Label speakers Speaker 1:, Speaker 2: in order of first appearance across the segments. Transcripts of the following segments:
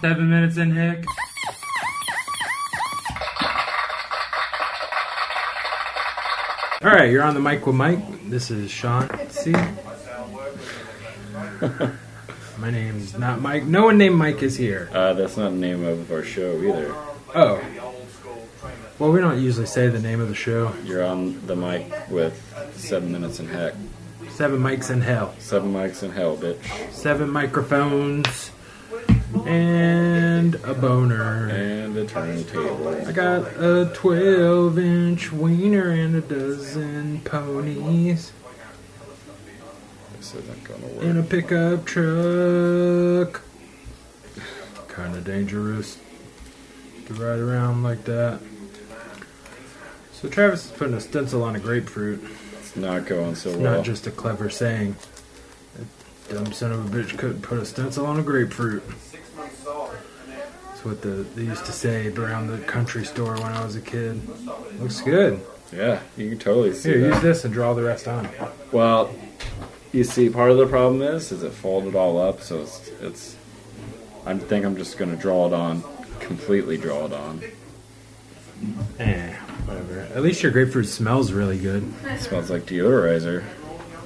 Speaker 1: Seven minutes in, Hick.
Speaker 2: All right, you're on the mic with Mike. This is Sean. See, my name's not Mike. No one named Mike is here.
Speaker 3: Uh, that's not the name of our show either.
Speaker 2: Oh, well, we don't usually say the name of the show.
Speaker 3: You're on the mic with Seven Minutes in Heck.
Speaker 2: Seven mics in hell.
Speaker 3: Seven mics in hell, bitch.
Speaker 2: Seven microphones and a boner.
Speaker 3: And a turntable.
Speaker 2: I got a 12-inch wiener and a dozen ponies
Speaker 3: This isn't gonna
Speaker 2: and a
Speaker 3: work.
Speaker 2: pickup truck. Kind of dangerous to ride around like that. So Travis is putting a stencil on a grapefruit.
Speaker 3: It's not going so
Speaker 2: It's
Speaker 3: well.
Speaker 2: not just a clever saying. That dumb son of a bitch couldn't put a stencil on a grapefruit. That's what the, they used to say around the country store when I was a kid. Looks good.
Speaker 3: yeah, you can totally see
Speaker 2: Here, use
Speaker 3: that.
Speaker 2: this and draw the rest on.
Speaker 3: Well, you see, part of the problem is, is it folded all up, so it's, it's. I think I'm just gonna draw it on, completely draw it on.
Speaker 2: Eh, whatever. At least your grapefruit smells really good.
Speaker 3: It smells like deodorizer.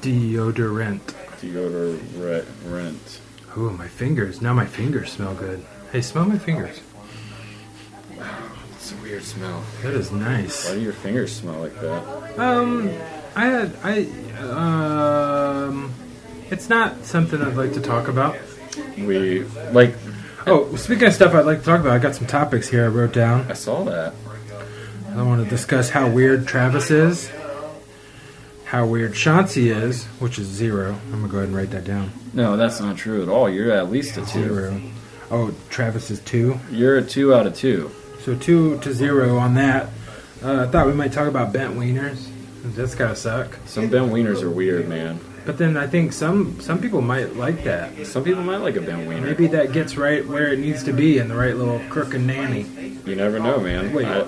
Speaker 2: Deodorant.
Speaker 3: Deodorant. Rent.
Speaker 2: Oh, my fingers. Now my fingers smell good. Hey, smell my fingers.
Speaker 3: It's a weird smell.
Speaker 2: That is nice.
Speaker 3: Why do your fingers smell like that?
Speaker 2: Um, I had I um, it's not something I'd like to talk about.
Speaker 3: We like.
Speaker 2: Oh, speaking of stuff I'd like to talk about, I got some topics here I wrote down.
Speaker 3: I saw that.
Speaker 2: I want to discuss how weird Travis is, how weird Chauncey is, which is zero. I'm gonna go ahead and write that down.
Speaker 3: No, that's not true at all. You're at least a two.
Speaker 2: Zero. Oh, Travis is two.
Speaker 3: You're a two out of two.
Speaker 2: So two to zero on that. Uh, I thought we might talk about bent wieners. That's gotta suck.
Speaker 3: Some Ben Wieners are weird, man.
Speaker 2: But then I think some some people might like that.
Speaker 3: Some people might like a Ben Wiener.
Speaker 2: Maybe that gets right where it needs to be in the right little crook and nanny,
Speaker 3: You never know, man.
Speaker 2: Wait.
Speaker 3: I,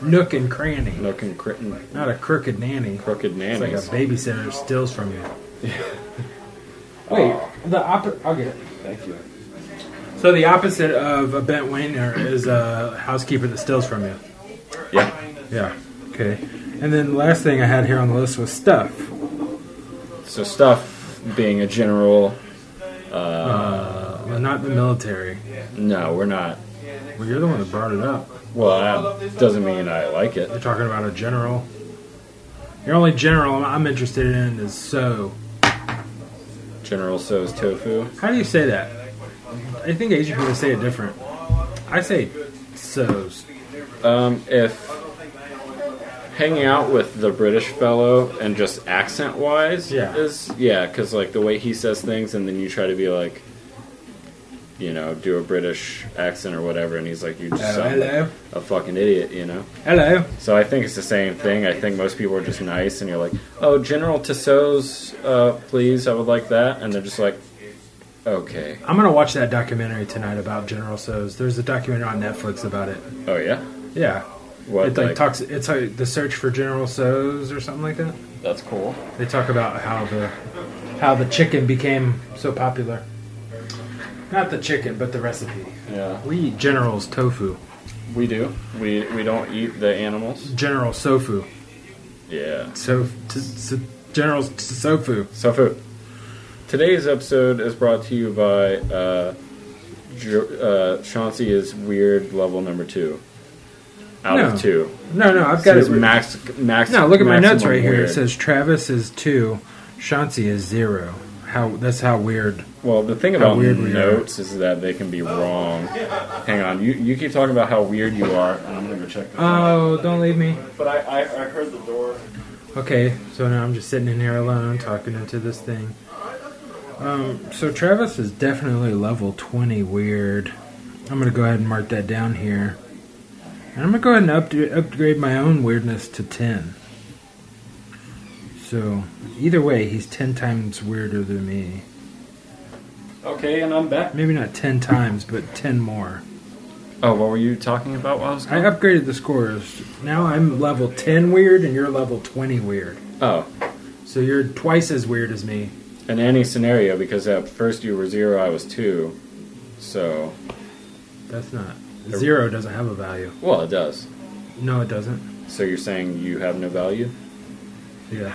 Speaker 2: nook and cranny.
Speaker 3: no con- cr-
Speaker 2: Not a crooked nanny.
Speaker 3: crooked
Speaker 2: It's like a
Speaker 3: nannies.
Speaker 2: babysitter steals from you. Wait, the opposite. I'll get it.
Speaker 3: Thank you.
Speaker 2: So the opposite of a bent wiener is a housekeeper that steals from you.
Speaker 3: Yeah.
Speaker 2: Yeah. Okay. And then the last thing I had here on the list was stuff.
Speaker 3: So stuff being a general.
Speaker 2: Well, Uh, not the military.
Speaker 3: No, we're not.
Speaker 2: Well, you're the one that brought it up.
Speaker 3: Well, that doesn't mean I like it.
Speaker 2: You're talking about a general. Your only general I'm interested in is so.
Speaker 3: General so's tofu.
Speaker 2: How do you say that? I think Asian people say it different. I say so's.
Speaker 3: Um, if hanging out with the British fellow and just accent wise
Speaker 2: Yeah.
Speaker 3: is yeah, because like the way he says things, and then you try to be like, you know, do a British accent or whatever, and he's like, you just
Speaker 2: Oh,
Speaker 3: sound like
Speaker 2: hello.
Speaker 3: a fucking idiot, you know.
Speaker 2: Hello.
Speaker 3: So I think it's the same thing. I think most people are just nice, and you're like, oh, General Tissot's, uh, please, I would like that, and they're just like, okay,
Speaker 2: I'm gonna watch that documentary tonight about General So's. There's a documentary on Netflix about it.
Speaker 3: oh yeah,
Speaker 2: Yeah.
Speaker 3: what?
Speaker 2: it like, talks. It's like the search for General So's or something like that.
Speaker 3: that's cool.
Speaker 2: They talk about how the how the chicken became so popular. Not the chicken, but the recipe.
Speaker 3: Yeah,
Speaker 2: We eat General's tofu.
Speaker 3: we do. We we don't eat the animals.
Speaker 2: General Sofu.
Speaker 3: Yeah.
Speaker 2: So, t- so General's t- Sofu.
Speaker 3: So, food. Today's episode is brought to you by uh, jo- uh, Chauncey is weird level number two. Out
Speaker 2: No.
Speaker 3: of two.
Speaker 2: No, no, I've got
Speaker 3: Says
Speaker 2: it.
Speaker 3: max, max.
Speaker 2: No, look at my notes
Speaker 3: maximum
Speaker 2: right here.
Speaker 3: weird.
Speaker 2: It says Travis is two, Chauncey is zero. How that's how weird.
Speaker 3: Well, the thing about
Speaker 2: weird we are.
Speaker 3: notes is that they can be wrong. Hang on, you you keep talking about how weird you are, and I'm gonna go check. This out.
Speaker 2: Oh, don't leave me.
Speaker 3: But I, I I heard the door.
Speaker 2: Okay, so now I'm just sitting in here alone talking into this thing. Um, so Travis is definitely level 20 weird. I'm gonna go ahead and mark that down here. And I'm gonna go ahead and upd- upgrade my own weirdness to 10. So, either way, he's 10 times weirder than me.
Speaker 3: Okay, and I'm back.
Speaker 2: Maybe not 10 times, but 10 more.
Speaker 3: Oh, what were you talking about while I was
Speaker 2: I
Speaker 3: gone?
Speaker 2: upgraded the scores. Now I'm level 10 weird and you're level 20 weird.
Speaker 3: oh,
Speaker 2: So you're twice as weird as me.
Speaker 3: in any scenario because at first you were zero, I was two. So,
Speaker 2: That's not. Zero doesn't have a value.
Speaker 3: well, it does.
Speaker 2: No, it doesn't.
Speaker 3: So you're saying you have no value?
Speaker 2: Yeah.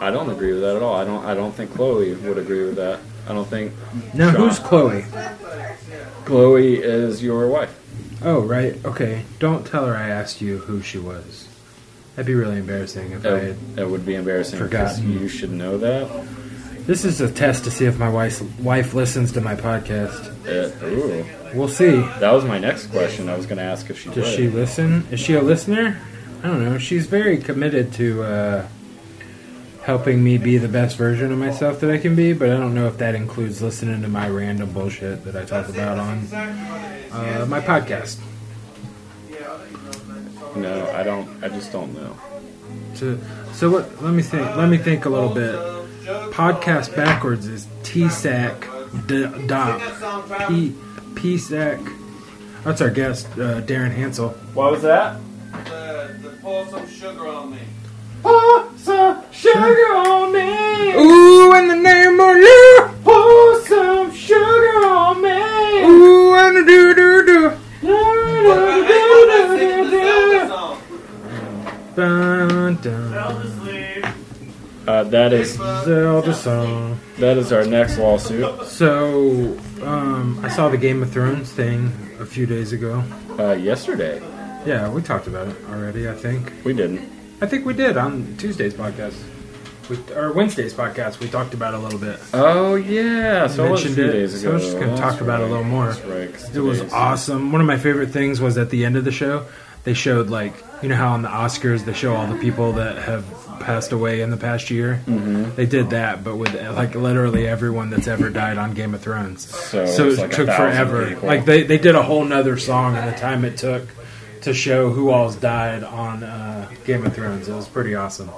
Speaker 3: I don't agree with that at all. I don't. I don't think Chloe would agree with that. I don't think.
Speaker 2: Now,
Speaker 3: Sean.
Speaker 2: who's Chloe?
Speaker 3: Chloe is your wife.
Speaker 2: Oh, right. Okay. Don't tell her I asked you who she was. That'd be really embarrassing if I
Speaker 3: That,
Speaker 2: had.
Speaker 3: that would be embarrassing. 'cause
Speaker 2: Forgotten.
Speaker 3: You should know that.
Speaker 2: This is a test to see if my wife, wife listens to my podcast.
Speaker 3: It- Uh, ooh,
Speaker 2: We'll see.
Speaker 3: that was my next question. I was going to ask if she
Speaker 2: Does
Speaker 3: would.
Speaker 2: she listen? Is she a listener? I don't know. She's very committed to uh, helping me be the best version of myself that I can be, but I don't know if that includes listening to my random bullshit that I talk about on uh, my podcast.
Speaker 3: No, I don't. I just don't know.
Speaker 2: So, so what? Let me think. Let me think a little bit. Podcast backwards is TSAC D- DOP P PSAC. That's our guest, uh, Darren Hansel.
Speaker 3: What was that?
Speaker 4: to pour some sugar on me.
Speaker 3: Pour some sugar on me.
Speaker 2: Ooh, in the name of love.
Speaker 3: Pour some sugar on me.
Speaker 2: Ooh, and do do do. Dun, dun.
Speaker 3: Uh, that is
Speaker 2: Zelda song.
Speaker 3: that is our next lawsuit.
Speaker 2: So, um, I saw the Game of Thrones thing a few days ago.
Speaker 3: Uh, yesterday
Speaker 2: Yeah, we talked about it already. I think.
Speaker 3: we didn't.
Speaker 2: I think we did on Tuesday's podcast, we, or Wednesday's podcast. We talked about it a little bit.
Speaker 3: Oh yeah, so it was a
Speaker 2: mentioned
Speaker 3: few
Speaker 2: it,
Speaker 3: days
Speaker 2: so
Speaker 3: ago.
Speaker 2: we're just gonna talk
Speaker 3: That's
Speaker 2: about it a
Speaker 3: right,
Speaker 2: little more.
Speaker 3: that's right, 'cause
Speaker 2: It was
Speaker 3: today's-
Speaker 2: awesome. One of my favorite things was at the end of the show, they showed like you know how on the Oscars they show all the people that have passed away in the past year. Mm-hmm. They did that, but with like literally everyone that's ever died on Game of Thrones.
Speaker 3: So
Speaker 2: so
Speaker 3: it's
Speaker 2: it
Speaker 3: like a
Speaker 2: took
Speaker 3: thousand
Speaker 2: forever.
Speaker 3: people.
Speaker 2: Like they they did a whole nother song in the time it took to show who all's died on uh, Game of Thrones. It was pretty awesome.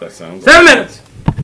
Speaker 3: That sounds.
Speaker 2: Seven minutes.